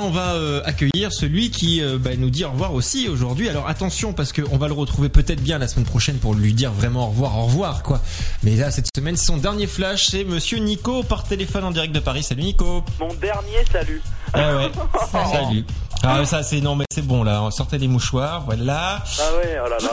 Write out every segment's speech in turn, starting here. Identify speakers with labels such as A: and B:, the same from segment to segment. A: On va euh, accueillir celui qui euh, bah, nous dit au revoir aussi aujourd'hui. Alors attention parce qu'on va le retrouver peut-être bien la semaine prochaine pour lui dire vraiment au revoir, au revoir quoi. Mais là cette semaine son dernier flash c'est Monsieur Nico par téléphone en direct de Paris. Salut Nico.
B: Mon dernier salut.
A: Ah ouais. Salut. Ah ça c'est non mais c'est bon là. Sortez les mouchoirs. Voilà.
B: Ah ouais, oh là là.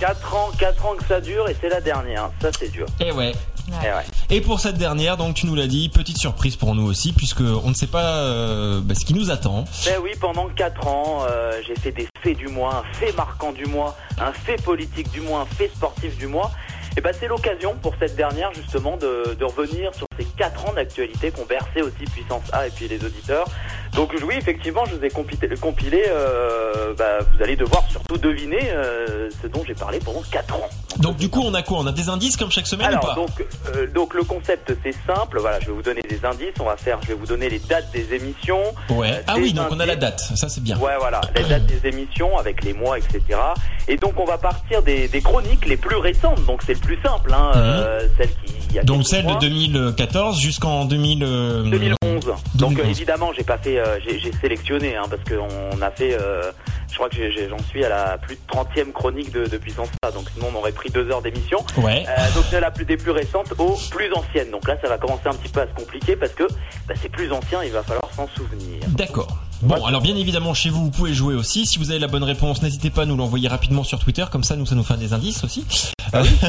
B: 4 ans, 4 ans que ça dure et c'est la dernière. Ça c'est dur.
A: Et ouais.
B: Eh ouais.
A: Et pour cette dernière, donc tu nous l'as dit, petite surprise pour nous aussi, puisque on ne sait pas euh, bah, ce qui nous attend.
B: Ben oui, pendant 4 ans, euh, j'ai fait des faits du mois, un fait marquant du mois, un fait politique du mois, un fait sportif du mois. Et ben c'est l'occasion pour cette dernière justement de, de revenir sur ces 4 ans d'actualité qu'ont bercé aussi Puissance A et puis les auditeurs. Donc oui, effectivement, je vous ai compilé, compilé, euh, bah, vous allez devoir surtout deviner euh, ce dont j'ai parlé pendant 4 ans.
A: Donc du coup on a quoi On a des indices comme chaque semaine ou
B: Alors
A: pas
B: donc euh, donc le concept c'est simple, voilà, je vais vous donner des indices, on va faire je vais vous donner les dates des émissions.
A: Ouais. Ah
B: des
A: oui donc on a la
B: indices.
A: date. Ça c'est bien.
B: Ouais, voilà, les dates des émissions avec les mois, etc. Et donc, on va partir des, des chroniques les plus récentes. Donc, c'est le plus simple, hein, euh, celle qui il y a
A: Mhm. Donc
B: quelques
A: celle de
B: mois.
A: 2014 jusqu'en 2000. euh,
B: 2011. Donc, euh,
A: 2011.
B: évidemment, j'ai pas fait, euh, j'ai j'ai sélectionné, hein, parce qu'on a fait, euh, je crois que j'ai- j'ai- j'en suis à la plus de 30e chronique de, de Puissance A. Donc, sinon, on aurait pris deux heures d'émission.
A: Ouais.
B: Euh, donc de la plus des plus récentes aux plus anciennes. Donc là, ça va commencer un petit peu à se compliquer parce que bah, c'est plus ancien, il va falloir s'en souvenir.
A: D'accord. Bon, alors bien évidemment, chez vous, vous pouvez jouer aussi. Si vous avez la bonne réponse, n'hésitez pas à nous l'envoyer rapidement sur Twitter, comme ça, nous, ça nous fait des indices aussi.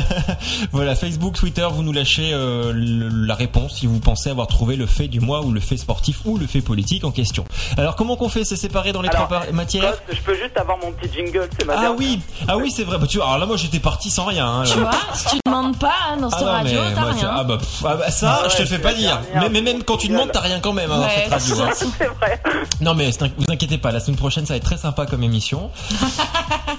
A: voilà, Facebook, Twitter, vous nous lâchez euh, le- la réponse si vous pensez avoir trouvé le fait du mois ou le fait sportif ou le fait politique en question. Alors comment qu'on fait C'est séparé dans les
B: Alors, bah,
A: trois par- matières
B: Coste, je peux juste avoir mon petit jingle, c'est ma
A: Ah
B: dernière.
A: oui, ah oui, c'est vrai. Bah, tu vois, alors là, moi, j'étais parti sans rien. hein,
C: Tu
A: là.
C: vois, si tu demandes pas hein, dans cette
A: Ah non,
C: radio,
A: mais
C: t'as
A: moi, ça- ah
C: rien.
A: bah, pff, ah bah, ça,
B: Ah ouais,
A: je te le
B: c'est
A: fais pas
B: la
A: dire.
B: dernière,
A: Mais, mais
B: c'est
A: même quand tu
B: génial.
A: demandes, t'as rien quand même hein, dans
C: Ouais,
A: cette radio. hein.
B: C'est vrai.
A: Non mais c'est- vous inquiétez pas, la semaine prochaine ça va être très sympa comme émission.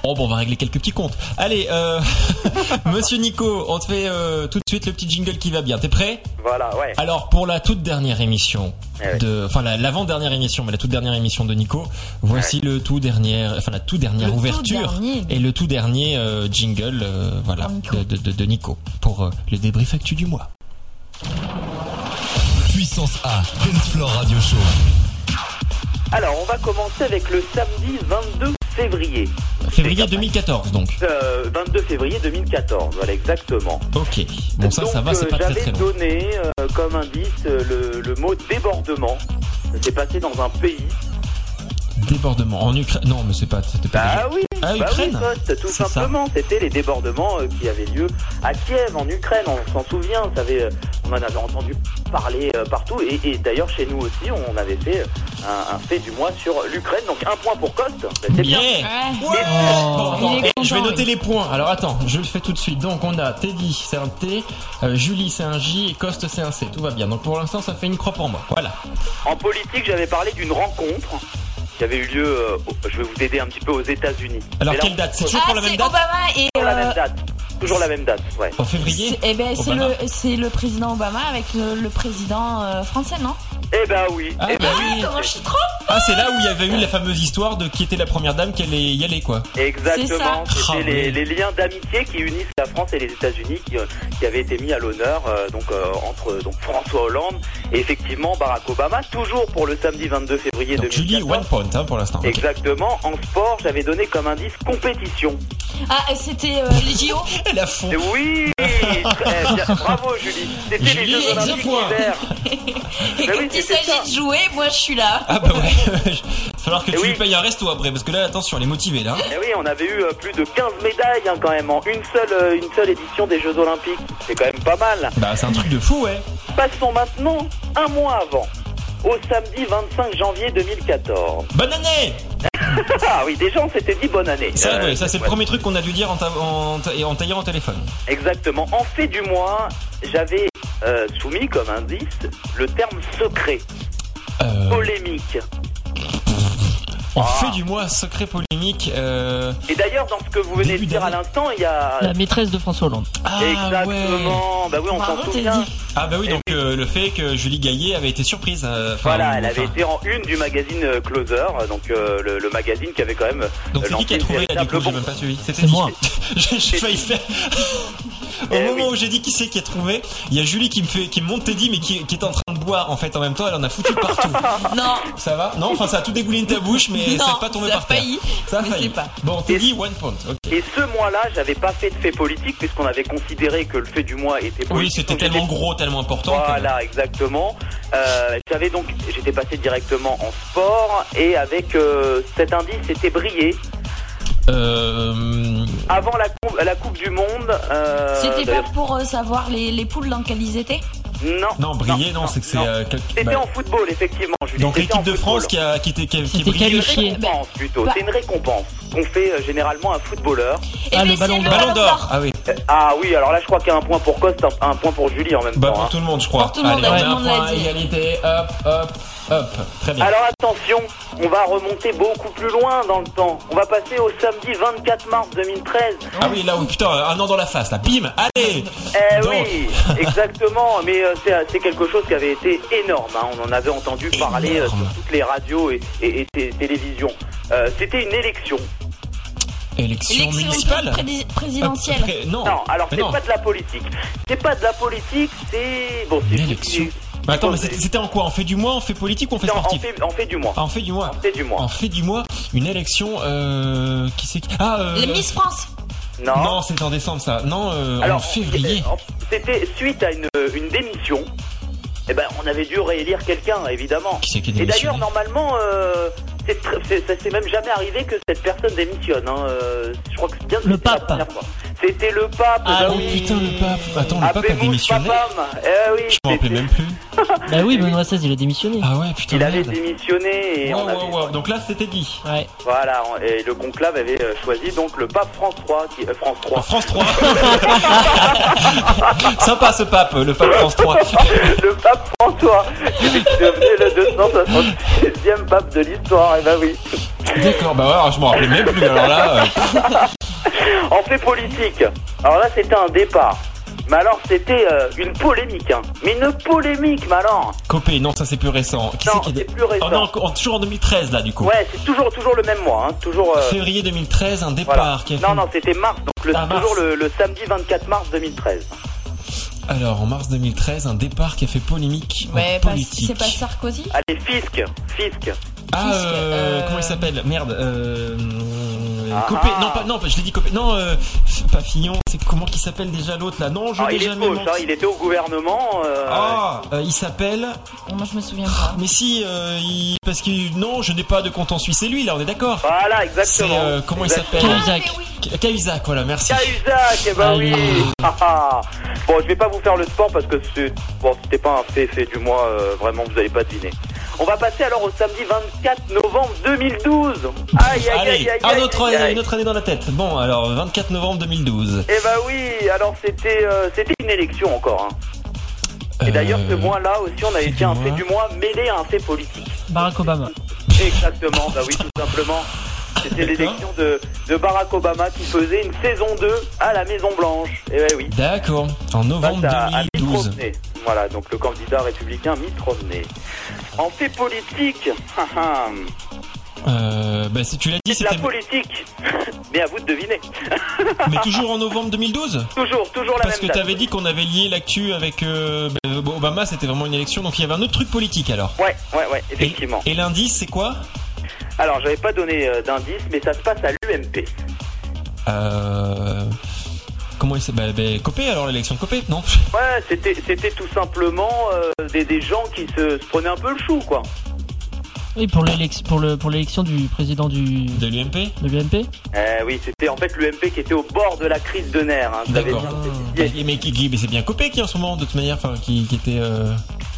A: oh bon, on va régler quelques petits comptes. Allez, euh, Monsieur Nico, on te fait euh, tout de suite le petit jingle qui va bien. T'es prêt
B: Voilà, ouais.
A: Alors pour la toute dernière émission
B: Eh oui.
A: de, enfin la- l'avant-dernière émission, mais la toute dernière émission de Nico. Voici le tout dernier, enfin la toute dernière
C: Le tout
A: ouverture
C: dernier.
A: et le tout dernier euh, jingle, euh, voilà,
C: Pour Nico.
A: de, de- de- de Nico pour euh, le débrief actu du mois.
D: Puissance A, Dance Floor Radio Show.
B: Alors, on va commencer avec le samedi 22 février.
A: Février
B: C'est-
A: 2014 donc.
B: Euh, 22 février 2014, voilà exactement.
A: Ok. Bon ça,
B: Donc,
A: ça va, c'est
B: euh,
A: pas très
B: j'avais
A: très long.
B: donné euh, comme indice euh, le, le mot débordement. C'est passé dans un pays.
A: Débordement en Ukraine. Non, mais c'est pas. C'était pas.
B: Bah oui,
A: Ah,
B: bah oui,
A: Ukraine.
B: poste, tout
A: C'est ça.
B: simplement. C'était les débordements euh, qui avaient lieu à Kiev, en Ukraine. On s'en souvient, vous savez, euh, on en avait entendu parler euh, partout. Et, et d'ailleurs, chez nous aussi, on avait fait euh, un, un fait du mois sur l'Ukraine. Donc un point pour Coste. Bah, C'est bien.
A: Yeah.
C: Ouais.
A: Ouais. Bon,
C: Ah. Il
A: bon,
C: est
A: eh,
C: content,
A: je vais noter
C: oui.
A: les points. Alors attends, je le fais tout de suite. Donc on a Teddy, c'est un T, euh, Julie, c'est un J et Coste, c'est un C. Tout va bien. Donc pour l'instant, ça fait une croix pour moi. Voilà.
B: En politique, j'avais parlé d'une rencontre qui avait eu lieu, euh, au- je vais vous aider un petit peu aux États-Unis.
A: Alors
B: Mais là,
A: quelle date C'est
C: Ah,
A: toujours pour la même
C: c'est
A: date
C: Obama et.
B: Toujours la
C: euh,
B: même date. Toujours la même date, ouais.
A: En février
C: c'est- eh ben, c'est
A: Obama.
C: le, c'est le président Obama avec le, le président euh, français, non
B: Eh ben oui.
A: Ah,
B: eh ben
A: bah
C: Ah,
A: oui.
C: comment je suis trop
A: Ah, c'est là où il y avait eu la fameuse histoire de qui était la première dame qui allait y aller, quoi.
B: Exactement,
A: C'est ça.
B: c'était
A: Ah,
B: les,
A: oui.
B: les liens d'amitié qui unissent la France et les États-Unis qui, euh, qui avaient été mis à l'honneur euh, donc euh, entre donc François Hollande et effectivement Barack Obama toujours pour le samedi 22 février
A: Donc Julie,
B: 2014.
A: one point hein, pour l'instant. Ok.
B: Exactement, en sport, j'avais donné comme indice compétition.
C: Ah, et c'était euh, les JO
A: Elle a fond.
B: Et oui, très bien. bravo Julie. C'était les
A: Julie,
B: Jeux
A: avec deux
B: Olympiques
A: points.
B: d'hiver.
C: Et
B: Bah
C: quand
B: oui,
C: il
B: c'était ça.
C: s'agit de jouer, moi je suis là.
A: Ah bah ouais. Il va falloir que
B: Eh
A: tu
B: oui.
A: lui payes un resto après, parce que là, attention, elle est motivée là.
B: Et oui, on avait eu euh, plus de 15 médailles hein, quand même en une seule euh, une seule édition des Jeux Olympiques. C'est quand même pas mal.
A: Bah c'est un truc de fou, ouais.
B: Passons maintenant un mois avant, au samedi 25 janvier 2014.
A: Bonne année
B: Ah oui, déjà on s'était dit bonne année.
A: Ça,
B: Euh,
A: ouais, ça c'est le
B: ouais.
A: premier truc qu'on a dû dire en, ta- en, ta- en taillant au téléphone.
B: Exactement. En fait du mois, j'avais euh, soumis comme indice le terme secret,
A: Euh,
B: polémique.
A: on
B: Ah.
A: fait du mois secret polémique. Euh...
B: Et d'ailleurs, dans ce que vous venez de
A: Début
B: dire à
A: d'année.
B: l'instant, il y a...
E: La maîtresse de François Hollande.
A: Ah ouais.
B: Exactement. Bah oui, on
C: Bravo,
B: s'en souvient.
C: Teddy.
A: Ah bah oui,
B: Eh
A: donc
B: oui,
A: euh, le fait que Julie Gaillet avait été surprise. euh, enfin,
B: Voilà, elle
A: enfin,
B: avait été en une du magazine euh, Closer, donc euh, le, le magazine qui avait quand même.
A: Donc
B: euh,
A: c'est qui qui a
B: lancé une
A: trouvé là du
B: véritable
A: coup J'ai
B: bombe.
A: même pas suivi. C'était
E: C'est
A: qui
E: moi.
A: J'ai j'ai failli faire. Au
B: Eh
A: moment
B: oui.
A: où j'ai dit qui c'est qui a trouvé, il y a Julie qui me fait, qui me monte Teddy mais qui, qui est en train de boire en fait en même temps. Elle en a foutu partout.
E: Non,
A: ça va Non, enfin ça a tout dégoulé de ta bouche mais
E: non,
A: ça n'est Ah. pas tombé
E: ça a
A: par terre.
E: failli.
A: Ça a
E: mais
A: failli.
E: c'est pas.
A: Bon, Teddy one point. Ok.
B: Et ce mois-là, j'avais pas fait de fait politique puisqu'on avait considéré que le fait du mois était politique.
A: Oui, c'était
B: donc j'étais-
A: tellement gros, tellement important. que-
B: Voilà, exactement. Euh, j'avais donc, j'étais passé directement en sport et avec euh, cet indice, c'était brillé.
A: Euh,
B: Avant la coupe, la coupe du monde. euh,
C: Ah, C'était pas
B: d'ailleurs-
C: pour euh, savoir les, les poules dans lesquelles ils étaient
A: Ah,
B: Non.
A: non, briller, non, c'est que c'est.
B: non.
A: euh, quel-
B: C'était
A: bah,
B: en football, effectivement. Julie,
A: donc
B: c'était en
A: l'équipe de
B: football.
A: France qui a qui était qui, a- qui
E: C'était
A: brillait.
B: C'est une
E: qualifiée.
B: récompense plutôt,
C: Bah.
B: c'est une récompense qu'on fait euh, généralement à un footballeur.
C: Eh
E: Ah,
C: ben,
E: le
C: c'est
E: ballon d'or.
A: Ballon d'or. Ah oui.
B: Euh, Ah oui, alors là je crois qu'il y a un point pour Coste, un, un point pour Julie en même
A: Bah
B: temps.
A: pour
B: hein.
A: tout le monde, je crois.
C: Pour tout le monde,
A: Allez,
C: ouais,
A: on a
C: tout le
A: un
C: monde
A: point
C: l'a
A: à
C: dit.
A: égalité. Hop, hop, hop. Très bien.
B: Alors attention, on va remonter beaucoup plus loin dans le temps. On va passer au samedi 24 mars 2013.
A: Ah oui, là où putain, un an dans la face, là, bim, allez
B: Eh
A: Donc.
B: oui, exactement, mais euh, c'est c'est quelque chose qui avait été énorme, hein. on en avait entendu parler euh,
A: Énorme.
B: sur toutes les radios et, et- et té- télévisions. Euh, C'était une élection.
A: Élection
C: L'élection
A: municipale
C: pré- présidentielle.
A: Après- Non,
B: Non, alors
A: Oh, mais
B: c'est
A: non.
B: pas de la politique. C'est pas de la politique, c'est... Bon,
A: Une
B: c'est-
A: élection.
B: c'est-
A: Mais attends, mais
B: c'est-
A: c'était c'était en quoi On fait du mois, on fait politique ou on fait
B: Non, on
A: sportif
B: fait, on fait du mois.
A: Ah, on fait du mois.
B: On fait du mois.
A: On fait du mois une élection. Euh, qui c'est qui Ah, euh,
C: Les Miss France.
B: Non.
A: Ah. Non, c'est en décembre ça. Non, euh, en février.
B: euh, C'était suite à une, une démission. Eh ben, on avait dû réélire quelqu'un, évidemment.
A: Qui c'est qui a
B: Et d'ailleurs,
A: démissionné
B: normalement, euh, c'est tr- c'est- ça s'est même jamais arrivé que cette personne démissionne. hein, euh, je crois que c'est bien que
E: Le
B: c'était la
E: pape.
B: première fois. C'était le pape.
A: Ah
B: bah
A: non,
B: oui.
A: putain, le pape. Attends, le pape a
B: Habemus
A: démissionné.
B: papam. Eh oui,
A: Je m'en rappelais
B: c'était-
A: même plus.
E: Bah oui, Benoît XVI, il a démissionné.
A: Ah ouais, putain.
B: Il avait
A: merde.
B: démissionné et
A: Wow,
B: on avait-
A: wow, wow. Donc là, c'était dit.
E: Ouais.
B: voilà on- et le conclave avait euh, choisi donc le pape France 3 qui euh, France 3
A: France 3. Sympa ce pape, le pape France 3.
B: le pape François qui devenait le 266e pape de l'histoire et bah oui
A: D'accord, bah alors je m'en rappelais même plus. Alors là, euh,
B: En fait politique. Alors là, c'était un départ. Mais alors, c'était euh, une polémique. hein. Mais une polémique, mais alors.
A: Copé, non, ça c'est plus récent. Qui
B: Non,
A: c'est qui
B: c'est plus récent.
A: On est Oh, en- en- toujours en 2013 là, du coup.
B: Ouais, c'est toujours, toujours le même mois. hein. Toujours. euh,
A: Février 2013, un départ
B: voilà.
A: qui a fait-
B: Non, non, c'était mars. Donc, le,
A: Ah, mars.
B: toujours le, le samedi 24 mars 2013.
A: Alors en mars 2013, un départ qui a fait polémique en
C: Ouais, pas-
A: politique.
C: c'est pas Sarkozy
B: Allez, fisc. Fisc.
A: Ah, euh,
C: Fisc, euh,
A: comment il s'appelle Merde. Euh...
B: Ah,
A: Copé,
B: ah.
A: non, pas, non, pas- je l'ai dit Copé. Non, euh, pas Fillon, c'est comment qui s'appelle déjà l'autre là Non, je
B: Ah,
A: l'ai
B: il est
A: jamais.
B: gauche.
A: mon-
B: hein. Il était au gouvernement. euh,
A: Ah, euh, il s'appelle.
C: Moi, je me souviens pas.
A: Mais si, euh, il... parce que non, je n'ai pas de compte en Suisse. C'est lui là, on est d'accord.
B: Voilà,
A: C'est
B: exactement.
A: euh, comment il
B: Exactement.
A: s'appelle
E: Cahuzac.
C: Ah, mais oui.
A: Cahuzac, voilà, merci.
B: Cahuzac, eh ben oui.
E: Allez.
B: Ah, ah. bon, je vais pas vous faire le sport parce que c'est- bon, c'était pas un fait fait du mois. euh, vraiment, vous allez pas deviner. On va passer alors au samedi 24 novembre 2012. Aïe, aïe, aïe,
A: Allez,
B: aïe,
A: un
B: aïe,
A: autre
B: aïe,
A: année-
B: aïe.
A: une autre année dans la tête. Bon, alors 24 novembre 2012.
B: Eh ben oui. Alors c'était euh, c'était une élection encore. hein. Et d'ailleurs, ce
A: Euh,
B: mois-là aussi, on avait
A: fait
B: bien un
A: du
B: fait
A: mois.
B: du mois mêlé à un fait politique.
E: Barack Obama.
B: Exactement. bah oui, tout simplement. C'était l'élection de, de Barack Obama qui faisait une saison 2 à la Maison Blanche. Eh ben oui.
A: D'accord, en novembre
B: face à, à Mitt
A: 2012.
B: Romney. Voilà, donc le candidat républicain Mitt Romney. En fait politique, haha,
A: Euh, bah, si tu l'as dit,
B: c'est de la
A: c'était.
B: politique. Mais à vous de deviner.
A: Mais toujours en novembre 2012
B: Toujours, toujours la
A: Parce que
B: même date.
A: t'avais dit qu'on avait lié l'actu avec euh, bah, Obama, c'était vraiment une élection, donc il y avait un autre truc politique alors.
B: Ouais, ouais, ouais, effectivement.
A: Et l'indice, c'est quoi
B: Alors, j'avais pas donné euh, d'indice, mais ça se passe à l'UMP.
A: Euh. Comment il s'appelle bah, bah, Copé alors, l'élection de Copé, non
B: Ouais, c'était, c'était tout simplement euh, des, des gens qui se, se prenaient un peu le chou, quoi.
E: Oui, pour l'élection, pour le, pour l'élection du président du
A: De l'UMP
E: de l'UMP.
B: Eh oui, c'était en fait l'UMP qui était au bord de la crise de nerfs. hein. Vous avez
A: D'accord.
B: bien
A: Ah,
B: spécifié.
A: Mais, qui- qui- mais c'est bien Copé qui en ce moment, de toute manière, enfin, qui, qui était. euh,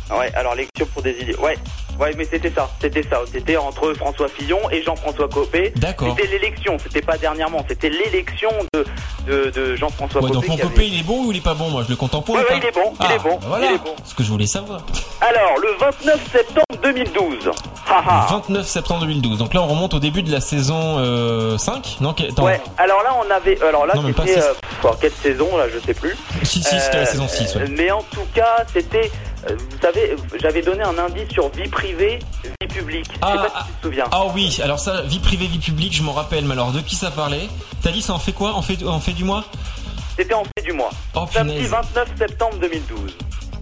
B: Ouais, alors lecture pour des idées. Ouais, ouais, mais c'était ça, c'était ça. C'était entre François Fillon et Jean-François Copé.
A: D'accord.
B: C'était l'élection, c'était pas dernièrement, c'était l'élection de, de, de Jean-François
A: Ouais, donc
B: Copé.
A: mon
B: qui avait-
A: Copé, il est bon ou il est pas bon Moi, je le compte en points.
B: Ouais,
A: ou
B: ouais,
A: pas
B: il est bon, il
A: Ah,
B: est bon,
A: bah voilà,
B: il est bon.
A: ce que je voulais savoir.
B: Alors, le 29 septembre 2012. Haha.
A: 29 septembre 2012. Donc là, on remonte au début de la saison euh, 5. Non, que- attends.
B: Ouais, alors là, on avait. Alors là,
A: Non, mais pas
B: c'était. oh,
A: six.
B: euh, pff, alors, quelle saison, là, je sais plus.
A: Si, si, c'était
B: Euh,
A: la saison 6. ouais.
B: Mais en tout cas, c'était Euh, Vous savez, euh, j'avais donné un indice sur vie privée, vie publique. je
A: Ah,
B: sais pas si tu te souviens.
A: Ah oui, alors ça, vie privée, vie publique, je m'en rappelle, mais alors de qui ça parlait T'as dit ça en fait quoi en fait, en fait du mois
B: C'était en fait du mois.
A: Oh
B: Samedi
A: ah. punaise
B: 29 septembre 2012.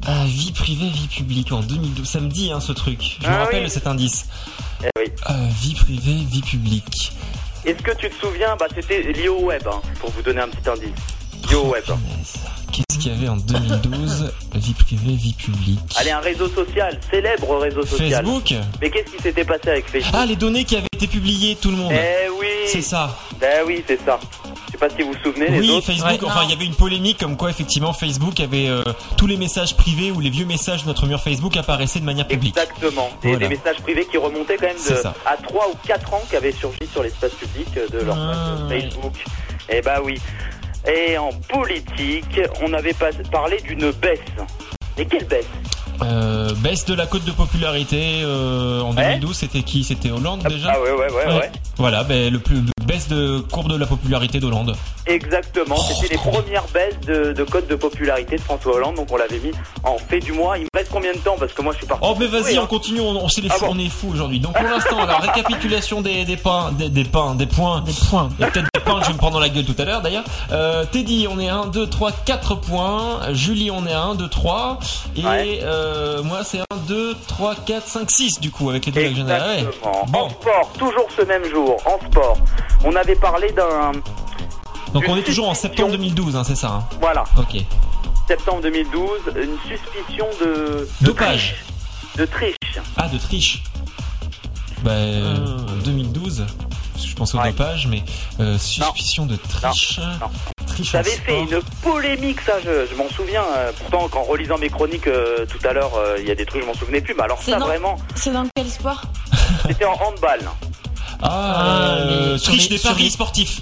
A: Ah, vie privée, vie publique, en 2012, ça me dit hein, ce truc. Je me
B: Ah
A: rappelle
B: oui.
A: cet indice.
B: Eh oui.
A: Euh, vie privée, vie publique.
B: Est-ce que tu te souviens Bah, c'était lié au web, hein, pour vous donner un petit indice. Lié au web.
A: Punaise. Qu'est-ce qu'il y avait en 2012 Vie privée, vie publique.
B: Allez, un réseau social, célèbre réseau social.
A: Facebook
B: Mais qu'est-ce qui s'était passé avec Facebook
A: Ah, les données qui avaient été publiées, tout le monde.
B: Eh oui
A: C'est ça.
B: Ben oui, c'est ça. Je sais pas si vous vous souvenez, les
A: Oui,
B: autres.
A: Facebook.
E: Ouais.
A: enfin,
E: Non.
A: il y avait une polémique comme quoi effectivement Facebook avait euh, tous les messages privés ou les vieux messages de notre mur Facebook apparaissaient de manière publique.
B: Exactement. Des,
A: Voilà.
B: des messages privés qui remontaient quand même
A: C'est
B: de-
A: ça.
B: à 3 ou 4 ans qui avaient surgi sur l'espace public euh, de leur
A: Ah,
B: page
A: ouais.
B: Facebook. Eh ben oui. Et en politique, on avait pas- parlé d'une baisse. Mais quelle baisse
A: Euh, baisse de la cote de popularité euh, en
B: Ouais.
A: 2012, c'était qui C'était Hollande déjà.
B: Ah ouais, ouais, ouais, ouais.
A: Ouais. Voilà, ben, le plus baisse de courbe de la popularité d'Hollande.
B: Exactement. C'était les premières baisses de, de code de popularité de François Hollande. Donc on l'avait mis en fait du mois. Il me reste combien de temps Parce que moi je suis parti.
A: Oh mais vas-y,
B: Oui, hein.
A: on continue, on, on, s'est les
B: Ah
A: fous,
B: bon
A: on est fou aujourd'hui. Donc pour l'instant, la récapitulation des, des pains, des, des pains, des points.
E: Des points.
A: Il y a peut-être des points que je vais me prendre dans la gueule tout à l'heure d'ailleurs. Euh, Teddy, on est à 1, 2, 3, 4 points. Julie, on est à 1, 2, 3. Et
B: Ouais.
A: euh, moi, c'est 1, 2, 3, 4, 5, 6 du coup avec les deux que j'en ai. Ouais.
B: Exactement.
A: Bon.
B: En sport, toujours ce même jour, en sport, on avait parlé d'un.
A: Donc on est toujours en septembre 2012, hein, c'est ça. hein.
B: Voilà,
A: Ok.
B: septembre 2012, une suspicion de. de
A: Dopage.
B: triche. De triche.
A: Ah, de triche. Bah, euh, 2012. parce que Je pense au
B: Ouais.
A: dopage, mais euh, suspicion de triche.
B: non.
A: Triche
B: Ça
A: en
B: avait fait
A: sport.
B: une polémique, ça, je, je m'en souviens. euh, pourtant, qu'en relisant mes chroniques euh, tout à l'heure, euh, il y a des trucs, je m'en souvenais plus. Mais alors,
C: C'est
B: ça,
C: dans-
B: vraiment,
C: C'est dans quel sport
B: c'était en handball.
A: Ah,
E: Ah,
A: euh,
E: les- sur
A: triche
E: les-
A: des
E: sur
A: paris
E: les-
A: sportifs.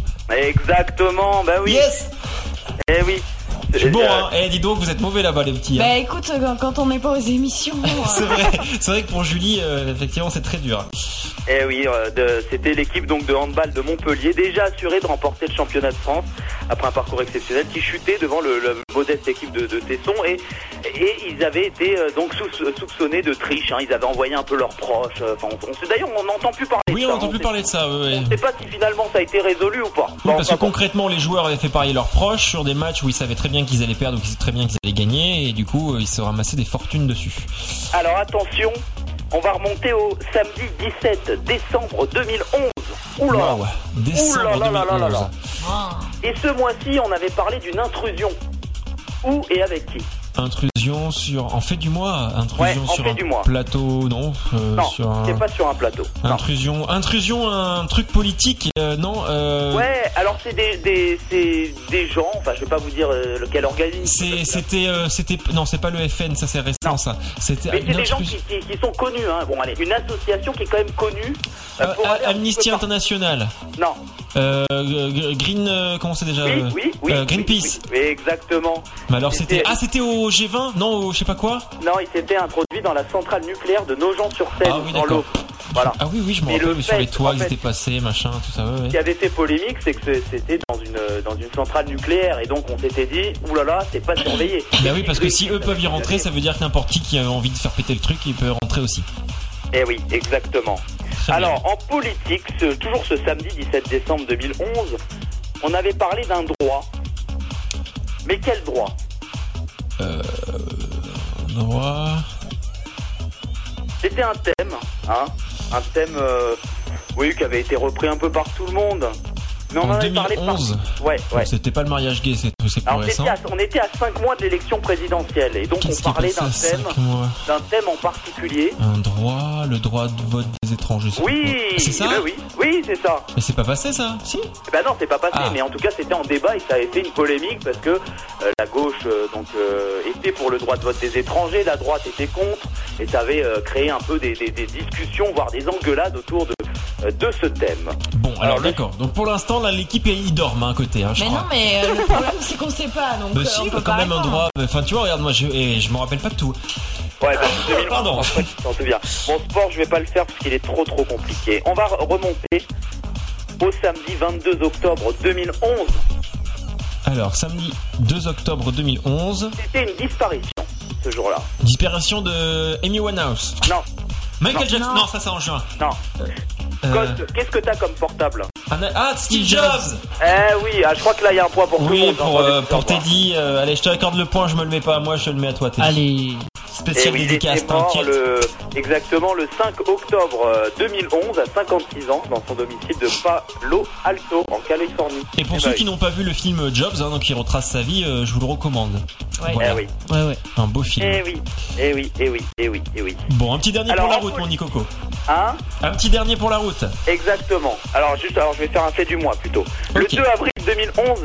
B: Exactement, bah oui.
A: Yes
B: Eh oui.
A: Je suis bon,
B: Euh,
A: hein. Eh, dis donc, vous êtes mauvais là-bas, les petits. hein.
C: Bah écoute, quand- quand on n'est pas aux émissions. euh,
A: C'est vrai, c'est vrai que pour Julie, euh, effectivement, c'est très dur.
B: Eh oui, euh, de- c'était l'équipe donc de handball de Montpellier, déjà assurée de remporter le championnat de France après un parcours exceptionnel, qui chutait devant le, la modeste équipe de, de Tesson et, et ils avaient été euh, donc sous- soupçonnés de triche. hein. ils avaient envoyé un peu leurs proches. euh, Enfin, on, on sait- d'ailleurs, on n'entend plus parler.
A: Oui,
B: de
A: on
B: ça,
A: n'entend plus
B: sait-
A: parler de ça. ouais, ouais.
B: On ne sait pas si finalement ça a été résolu ou pas.
A: Oui,
B: Bon,
A: parce que
B: enfin, bon.
A: concrètement, les joueurs avaient fait parier leurs proches sur des matchs où ils savaient très bien qu'ils allaient perdre ou qu'ils savaient très bien qu'ils allaient gagner, et du coup, euh, ils se ramassaient des fortunes dessus.
B: Alors attention, on va remonter au samedi 17 décembre 2011. Oula
A: Waouh, décembre
B: Ouh là là là là là
A: 2011.
B: Et ce mois-ci, on avait parlé d'une intrusion. Où et avec qui
A: Intrusion sur, en fait du mois, intrusion
B: Ouais, en
A: sur
B: fait
A: un
B: du mois.
A: plateau, non, euh,
B: Non,
A: sur un-
B: c'est pas sur un plateau. Non.
A: intrusion, intrusion, un truc politique, euh, non, euh,
B: Ouais, alors c'est des, des, c'est des gens, enfin je vais pas vous dire euh, lequel organisme.
A: c'est-
B: parce que-
A: c'était, euh, c'était, non, c'est pas le FN, ça c'est récent, ça. C'était
B: Mais c'est
A: une
B: des gens
A: intrusion-
B: qui, qui, qui sont connus, hein. Bon allez, une association qui est quand même connue. euh,
A: Euh,
B: pour aller un
A: Amnesty
B: petit peu
A: International,
B: par- Non,
A: euh, euh, Green, euh, comment c'est déjà
B: oui,
A: euh,
B: oui, oui.
A: euh,
B: oui,
A: Greenpeace.
B: oui, oui, exactement.
A: Mais alors c'était,
B: C'était-
A: ah c'était au G20, non, au je sais pas quoi.
B: Non, il s'était introduit dans la centrale nucléaire de Nogent-sur-Seine,
A: Ah oui,
B: dans
A: d'accord.
B: l'eau. Voilà.
A: Ah oui, oui, je me
B: Et le
A: rappelle, mais sur
B: fait,
A: les toits,
B: en
A: ils
B: fait-
A: étaient passés, machin, tout ça. ouais, ouais.
B: Ce qui avait fait polémique, c'est que c'est- c'était dans une, euh, dans une centrale nucléaire, et donc on s'était dit, oulala, c'est pas surveillé.
A: Bah oui, parce que si eux peuvent
B: euh,
A: y rentrer, ça veut dire que n'importe qui qui a envie de faire péter le truc, il peut rentrer aussi.
B: Eh oui, exactement.
A: Très bien.
B: Alors, en politique, ce- toujours ce samedi 17 décembre 2011, on avait parlé d'un droit. Mais quel droit
A: Droit.
B: C'était un thème, hein Un thème, euh, oui, qui avait été repris un peu par tout le monde. Mais on
A: En
B: en avait parlé par...
A: 2011.
B: Ouais, ouais.
A: Donc, C'était pas le mariage gay, c'est tout, c'est plus
B: Alors, on
A: récent.
B: était, à, on était à 5 mois de l'élection présidentielle, et donc on
A: Qu'est-ce qui
B: parlait
A: passe
B: d'un
A: à
B: thème,
A: 5 mois
B: d'un thème en particulier.
A: Un droit, le droit de vote des étrangers. c'est
B: Oui,
A: quoi Ah, C'est ça
B: eh ben oui, oui, c'est ça.
A: Mais c'est pas passé ça Si
B: Eh Ben non, c'est pas passé,
A: Ah.
B: mais en tout cas c'était en débat et ça a été une polémique parce que euh, la gauche euh, donc euh, était pour le droit de vote des étrangers, la droite était contre et ça avait euh, créé un peu des, des- des discussions voire des engueulades autour de, euh, de ce thème.
A: Bon, alors,
B: Alors, le-
A: d'accord. Donc pour l'instant, là, l'équipe il dort hein, à côté, hein, je
C: Mais
A: crois.
C: non, mais euh, le problème c'est qu'on sait pas. Donc,
A: Bah
C: euh, on
A: si,
C: peut
A: quand
C: pas
A: même un
C: répondre.
A: droit. Enfin, tu vois, regarde, moi, je, et je me rappelle pas de tout.
B: Ouais, ben, c'est 2011,
A: Ah, Pardon.
B: en fait, je m'en souviens. Bon sport, je vais pas le faire parce qu'il est trop trop compliqué. On va re- remonter au samedi 22 octobre 2011.
A: Alors, samedi 2 octobre 2011,
B: C'était une disparition. ce jour-là.
A: Disparition de Amy Winehouse.
B: Non,
A: Michael
B: Non.
A: Jackson.
C: Non.
A: Non, ça c'est en juin.
B: non.
A: Euh,
B: Coste, qu'est-ce que t'as comme portable
A: Anna- ah, Steve
E: Steve
A: Jobs.
B: Eh oui, ah, je crois que là, il y a un point pour tout le
A: Oui,
B: monde. hein,
A: pour,
B: pas
A: euh,
B: des
A: pour
B: petits points.
A: Teddy. euh, allez, je te accorde le point. Je me le mets pas à moi, je te le mets à toi. Teddy.
E: Allez,
B: Et
A: Spécial
B: Eh oui, il
A: dédicace,
B: était mort
A: t'inquiète.
B: le, exactement le 5 octobre euh, 2011 à 56 ans dans son domicile de Palo Alto en Californie.
A: Et pour
B: Eh
A: ceux
B: bah
A: qui n'ont pas vu le film Jobs, hein, donc qui retrace sa vie, euh, je vous le recommande.
E: Ouais.
B: oui. Eh
A: Voilà,
B: oui,
E: ouais, ouais.
A: un beau film.
B: eh oui, eh oui, eh oui, eh oui, eh oui.
A: Bon, un petit dernier
B: Alors,
A: pour la
B: en
A: route,
B: plus-
A: mon Nicoco.
B: Hein
A: Un petit dernier pour la route.
B: Exactement. Alors juste, alors je vais faire un fait du mois plutôt. Le
A: Ok.
B: 2 avril 2011,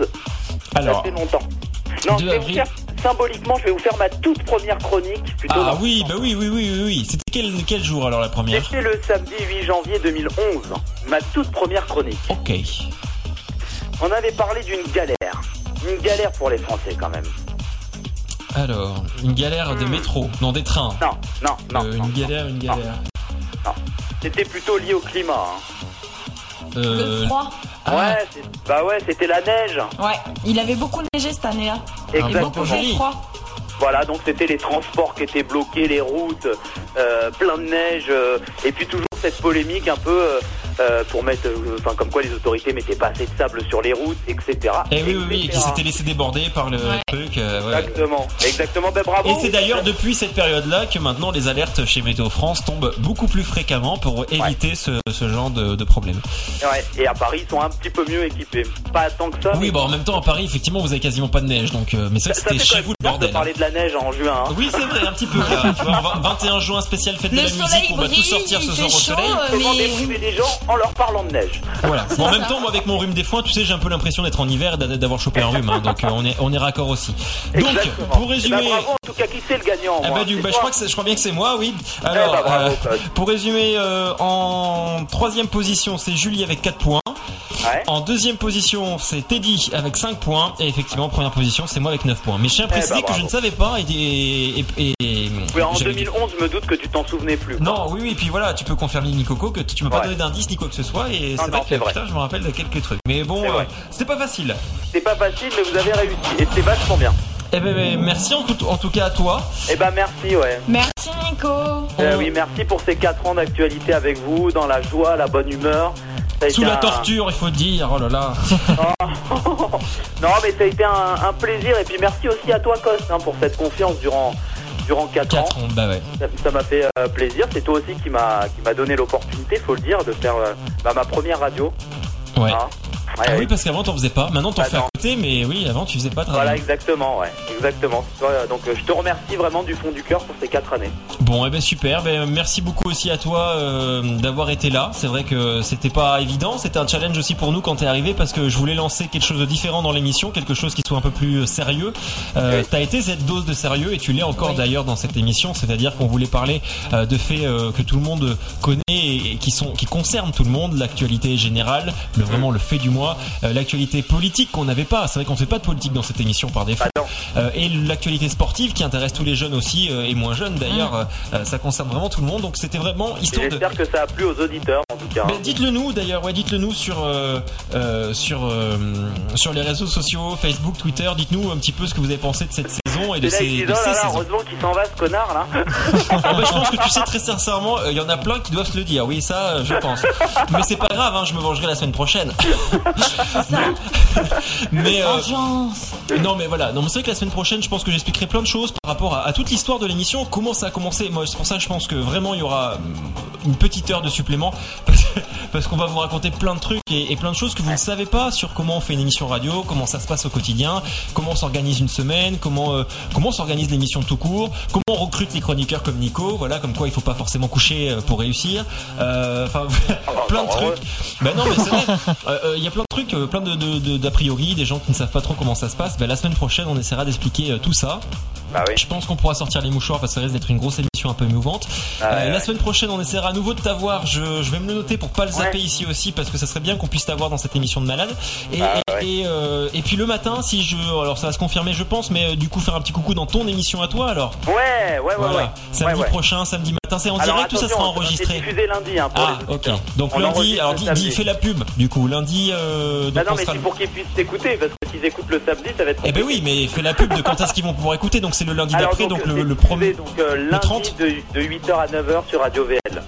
B: ça
A: Alors,
B: fait longtemps. Non, je
E: 2
B: vais vous
E: avril.
B: faire, symboliquement, je vais vous faire ma toute première chronique. Plutôt
A: ah
B: dans-
A: oui, bah oui, oui, oui, oui. oui. C'était quel, quel jour alors la première
B: C'était le samedi 8 janvier 2011, ma toute première chronique.
A: Ok.
B: On avait parlé d'une galère. Une galère pour les Français quand même.
A: Alors, une galère des
B: Hmm.
A: métros, non des trains.
B: Non, non,
A: Euh,
B: non. non,
A: une
B: non.
A: galère, une galère.
B: C'était plutôt lié au climat. hein.
A: Euh,
C: Le froid.
A: ah,
B: Ouais, c'est- bah ouais, c'était la neige.
C: Ouais. Il avait beaucoup neigé cette hein. année-là.
A: bon
C: Et beaucoup
B: Exactement.
A: joli.
C: fait froid.
B: Voilà, donc c'était les transports qui étaient bloqués, les routes, euh, plein de neige, euh, et puis toujours cette polémique un peu euh, euh, pour mettre, euh, enfin comme quoi les autorités mettaient pas assez de sable sur les routes, etc.
A: Eh oui, oui, oui, et qui
B: etc..
A: s'était laissé déborder par le
C: Ouais.
A: truc. euh, ouais.
B: Exactement, exactement. Ben bravo.
A: Et c'est d'ailleurs depuis cette période-là que maintenant les alertes chez Météo France tombent beaucoup plus fréquemment pour éviter ce, ce genre de, de problème.
B: Ouais, et à Paris, ils sont un petit peu mieux équipés. Pas tant que ça. mais
A: Oui, bon, en même temps à Paris, effectivement, vous avez quasiment pas de neige, donc euh, mais ça,
B: ça fait
A: c'était
B: quand
A: chez
B: même
A: vous le
B: bizarre
A: bordel.
B: de parler de la neige en juin. hein.
A: Oui, c'est vrai, un petit peu. Là, tu vois, vingt- 21 juin, spécial fête de
C: Le
A: la musique,
C: soleil
A: on va
C: brille,
A: tous sortir ce
C: il
A: soir
C: fait
A: au
C: chaud,
A: soleil.
C: euh,
B: Comment
C: mais
B: déprimer les gens en leur parlant de neige
A: Voilà. Bon, en
C: ça.
A: même temps, moi, avec mon rhume des foins, tu sais, j'ai un peu l'impression d'être en hiver et d'a- d'avoir chopé un rhume, hein, donc euh, on est on est raccord aussi. Donc,
B: Exactement.
A: pour
B: Eh ben,
A: résumer.
B: bravo, en tout cas, qui c'est le gagnant
A: Ah
B: moi
A: bah, du,
B: C'est
A: bah, je
B: toi
A: crois que c'est- je crois bien que c'est moi, oui.
B: Eh
A: Alors,
B: ben, bravo,
A: euh,
B: Todd.
A: pour résumer, euh, en troisième position, c'est Julie avec 4 points.
B: Ouais.
A: En deuxième position, c'est Teddy avec 5 points. Et effectivement, en première position, c'est moi avec 9 points. Mais je tiens à
B: Eh ben,
A: préciser que je
B: bravo.
A: ne savais pas. Et, et, et-
B: Oui, en
A: j'avais-
B: 2011, je me doute que tu t'en souvenais plus.
A: Non, oui, oui, et puis voilà, tu peux confirmer Nicoco que tu tu m'as pas
B: Ouais.
A: donné d'indice ni quoi que ce soit, et c'est
B: Non, non,
A: vrai que
B: c'est vrai.
A: putain, je me rappelle de quelques trucs. Mais bon,
B: C'est
A: euh,
B: vrai.
A: c'était pas facile.
B: C'est pas facile, mais vous avez réussi. Et c'est vachement bien.
A: Eh ben, ben, merci en, tout- en tout cas à toi.
B: Eh ben, merci, ouais.
C: Merci Nico.
B: Euh,
A: On-
B: oui, merci pour ces 4 ans d'actualité avec vous, dans la joie, la bonne humeur. Ça a
A: Sous
B: été
A: la
B: un-
A: torture, il faut dire, oh là là.
B: Ah. Non, mais ça a été un, un plaisir. Et puis merci aussi à toi, Coste, hein, pour cette confiance durant, durant 4,
A: 4
B: ans.
A: ans, bah ouais.
B: Ça- Ça m'a fait euh, plaisir. C'est toi aussi qui m'a qui m'a donné l'opportunité, faut le dire, de faire euh, bah, ma première radio.
A: Ouais.
B: hein. Ouais,
A: Ah
B: ouais.
A: oui, parce qu'avant t'en faisais pas, maintenant t'en
B: Bah
A: fais à
B: non.
A: côté, mais oui, avant tu faisais pas de
B: Voilà,
A: radio.
B: exactement, ouais, exactement. Voilà, donc euh, je te remercie vraiment du fond du cœur pour ces 4 années.
A: Bon, eh ben super, ben, merci beaucoup aussi à toi euh, d'avoir été là. C'est vrai que c'était pas évident, c'était un challenge aussi pour nous quand t'es arrivé parce que je voulais lancer quelque chose de différent dans l'émission, quelque chose qui soit un peu plus sérieux. Euh,
B: Oui.
A: T'as été cette dose de sérieux et tu l'es encore
C: Oui.
A: d'ailleurs dans cette émission, c'est-à-dire qu'on voulait parler euh, de faits euh, que tout le monde connaît et, et qui sont qui concernent tout le monde, l'actualité générale, le vraiment le fait du mois, euh, l'actualité politique qu'on n'avait pas. C'est vrai qu'on fait pas de politique dans cette émission par défaut.
B: Attends,
A: Euh, et l'actualité sportive qui intéresse tous les jeunes aussi euh, et moins jeunes d'ailleurs euh, euh, ça concerne vraiment tout le monde donc c'était vraiment histoire de
B: Mm. j'espère que ça a plu aux auditeurs, en tout cas. hein.
A: Ben, dites-le nous d'ailleurs ouais dites-le nous sur euh, euh, sur euh, sur les réseaux sociaux Facebook Twitter dites-nous un petit peu ce que vous avez pensé de cette saison et de
B: C'est
A: ces,
B: là, il se dit,
A: de
B: oh
A: ces
B: là là,
A: saisons
B: heureusement qu'il s'en va ce connard là.
A: Ah ben, je pense que tu sais très sincèrement euh, il y en a plein qui doivent se le dire oui ça euh, je pense mais c'est pas grave hein, je me vengerai la semaine prochaine mais euh,
C: Vengeance.
A: non mais voilà, non mais c'est vrai que la semaine prochaine je pense que j'expliquerai plein de choses par rapport à, à toute l'histoire de l'émission, comment ça a commencé. Moi c'est pour ça que je pense que vraiment il y aura euh, une petite heure de supplément parce, parce qu'on va vous raconter plein de trucs et, et plein de choses que vous ne savez pas sur comment on fait une émission radio, comment ça se passe au quotidien, comment on s'organise une semaine, comment euh, comment s'organise l'émission tout court, comment on recrute les chroniqueurs comme Nico, voilà comme quoi il faut pas forcément coucher euh, pour réussir. Euh, Enfin plein de
B: bah,
A: trucs. Ben non, mais c'est vrai. Il y a plein de trucs, euh, plein de de- de- d'a priori, des gens qui ne savent pas trop comment ça se passe. Ben, la semaine prochaine, on essaiera d'expliquer euh, tout ça.
B: Bah oui.
A: Je pense qu'on pourra sortir les mouchoirs parce que ça risque d'être une grosse émission un peu émouvante.
B: Ah,
A: Euh,
B: ouais,
A: La
B: ouais.
A: semaine prochaine, on essaiera à nouveau de t'avoir. Je, je vais me le noter pour pas le zapper
B: Ouais.
A: ici aussi parce que ça serait bien qu'on puisse t'avoir dans cette émission de malade. Et,
B: Ah,
A: et-
B: ouais.
A: Et, euh, et puis le matin, si je. Alors ça va se confirmer, je pense, mais euh, du coup, faire un petit coucou dans ton émission à toi alors.
B: Ouais, ouais, ouais,
A: voilà.
B: ouais.
A: Samedi
B: Ouais, ouais.
A: prochain, samedi matin. C'est en
B: Alors,
A: direct ou ça
B: attention,
A: sera
B: C'est
A: enregistré
B: diffusé lundi hein, pour
A: Ah,
B: les
A: ok.
B: auditeurs.
A: Donc
B: On
A: lundi,
B: enregistre
A: alors
B: le
A: dis,
B: samedi.
A: dis- fais la pub du coup. Lundi, euh,
B: Bah
A: donc
B: non,
A: on
B: mais
A: sera-
B: c'est pour qu'ils puissent t'écouter, parce que s'ils écoutent le samedi, ça va être
A: Eh ben oui, mais fais la pub de quand est-ce qu'ils vont pouvoir écouter. Donc c'est le lundi d'après, donc,
B: euh,
A: le, le premier.
B: donc, euh, lundi
A: 30.
B: de, 8h à 9h sur Radio VL.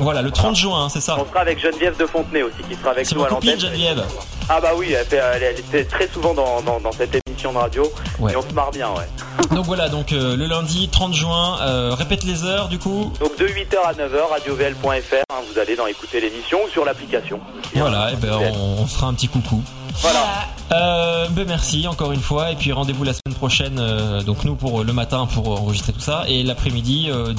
A: Voilà, le 30 juin, hein, c'est ça.
B: On sera avec Geneviève de Fontenay aussi qui sera avec
A: C'est
B: nous
A: ma
B: à l'antenne.
A: copine Geneviève.
B: Ah bah oui, elle, fait- elle- elle était très souvent dans, dans- dans cette émission de radio
A: Ouais.
B: et on se marre bien, ouais.
A: Donc voilà, donc euh, le lundi 30 juin, euh, répète les heures du coup.
B: Donc de 8h à 9h, radiovl.fr, hein, vous allez dans écouter l'émission ou sur l'application.
A: Voilà, et ben on, on fera un petit coucou.
B: Voilà.
A: Euh, ben merci encore une fois et puis rendez-vous la semaine prochaine euh, donc nous pour euh, le matin pour enregistrer tout ça et l'après-midi euh,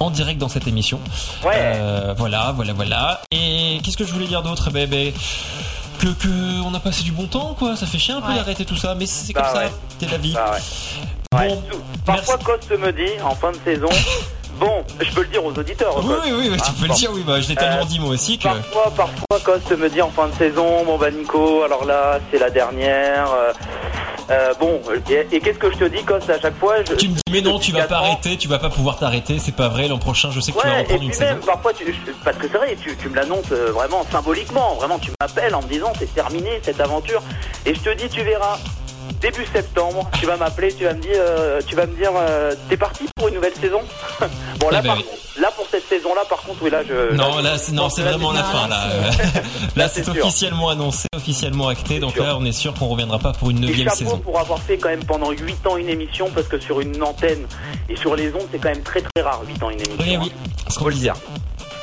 A: en direct dans cette émission.
B: Ouais.
A: Euh, voilà, voilà, voilà. Et qu'est-ce que je voulais dire d'autre ben, ben, que, que on a passé du bon temps quoi, ça fait chier un peu
C: Ouais.
A: d'arrêter tout ça mais c'est
B: Bah
A: comme
B: ouais.
A: ça, c'est la vie.
B: Bah ouais. Ouais.
A: Bon,
B: Tout- Parfois, Coste me dit, en fin de saison, bon, je peux le dire aux auditeurs,
A: oui,
B: Coste.
A: oui, oui, tu
B: Ah,
A: peux
B: bon. Euh, bah,
A: le dire, oui, bah, je l'ai tellement dit moi aussi que...
B: Parfois, parfois, Coste me dit en fin de saison, bon bah Nico, alors là, c'est la dernière. euh, euh, bon, et, et qu'est-ce que je te dis, Coste, à chaque fois je,
A: Tu me dis mais non
B: depuis
A: tu vas
B: quatre
A: pas
B: ans.
A: arrêter, tu vas pas pouvoir t'arrêter, c'est pas vrai, l'an prochain je sais que tu vas
B: Ouais, et
A: reprendre
B: puis
A: une saison.
B: même, parfois, tu, je- parce que c'est vrai, tu, tu me l'annonces euh, vraiment symboliquement, vraiment, tu m'appelles en me disant, c'est terminé cette aventure, et je te dis, tu verras. Début septembre, tu vas m'appeler, tu vas me dire, euh, tu vas me dire, euh, t'es parti pour une nouvelle saison. bon là,
A: Eh ben
B: par
A: oui.
B: contre- là pour cette saison-là, par contre, oui là je.
A: Non,
B: je-
A: là, c'est, non, c'est
B: euh, là,
A: vraiment la
C: non,
A: fin,
C: là,
A: là. Euh, Là,
B: là,
A: c'est
B: c'est sûr.
A: officiellement annoncé, officiellement acté, donc
B: sûr.
A: là, on est sûr qu'on reviendra pas pour une
B: Et
A: neuvième
B: chapeau
A: saison.
B: pour avoir fait quand même pendant 8 ans une émission, parce que sur une antenne et sur les ondes, c'est quand même très très rare 8 ans une émission.
A: Oui, oui, ce qu'on
B: Faut le
A: disait.
B: dire.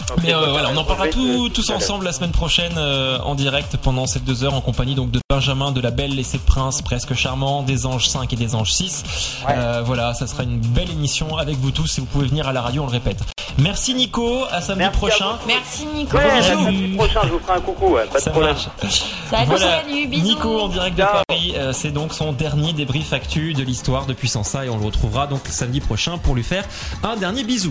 B: Donc,
A: Mais
B: c'est
A: euh,
B: pas
A: voilà, on en
B: grave,
A: parlera
B: je vais
A: tout-
B: te-
A: tous
B: tout à l'heure.
A: ensemble la semaine prochaine euh, en direct pendant ces deux heures en compagnie donc de Benjamin, de la Belle et ses princes presque charmants, des anges 5 et des anges 6.
B: Ouais.
A: Euh, voilà, ça sera une belle émission avec vous tous et vous pouvez venir à la radio, on le répète. Merci Nico, à samedi
B: Merci à
A: prochain.
B: vous.
C: Merci Nico.
B: Ouais,
A: Bisous.
B: la semaine prochaine, je vous ferai un coucou, ouais, pas de
A: Ça
B: problème.
A: marche.
C: Salut,
A: Voilà,
C: salut, bisous.
A: Nico en direct de
B: Ciao.
A: Paris, euh, c'est donc son dernier débrief actu de l'histoire de Puissance A et on le retrouvera donc samedi prochain pour lui faire un dernier bisou.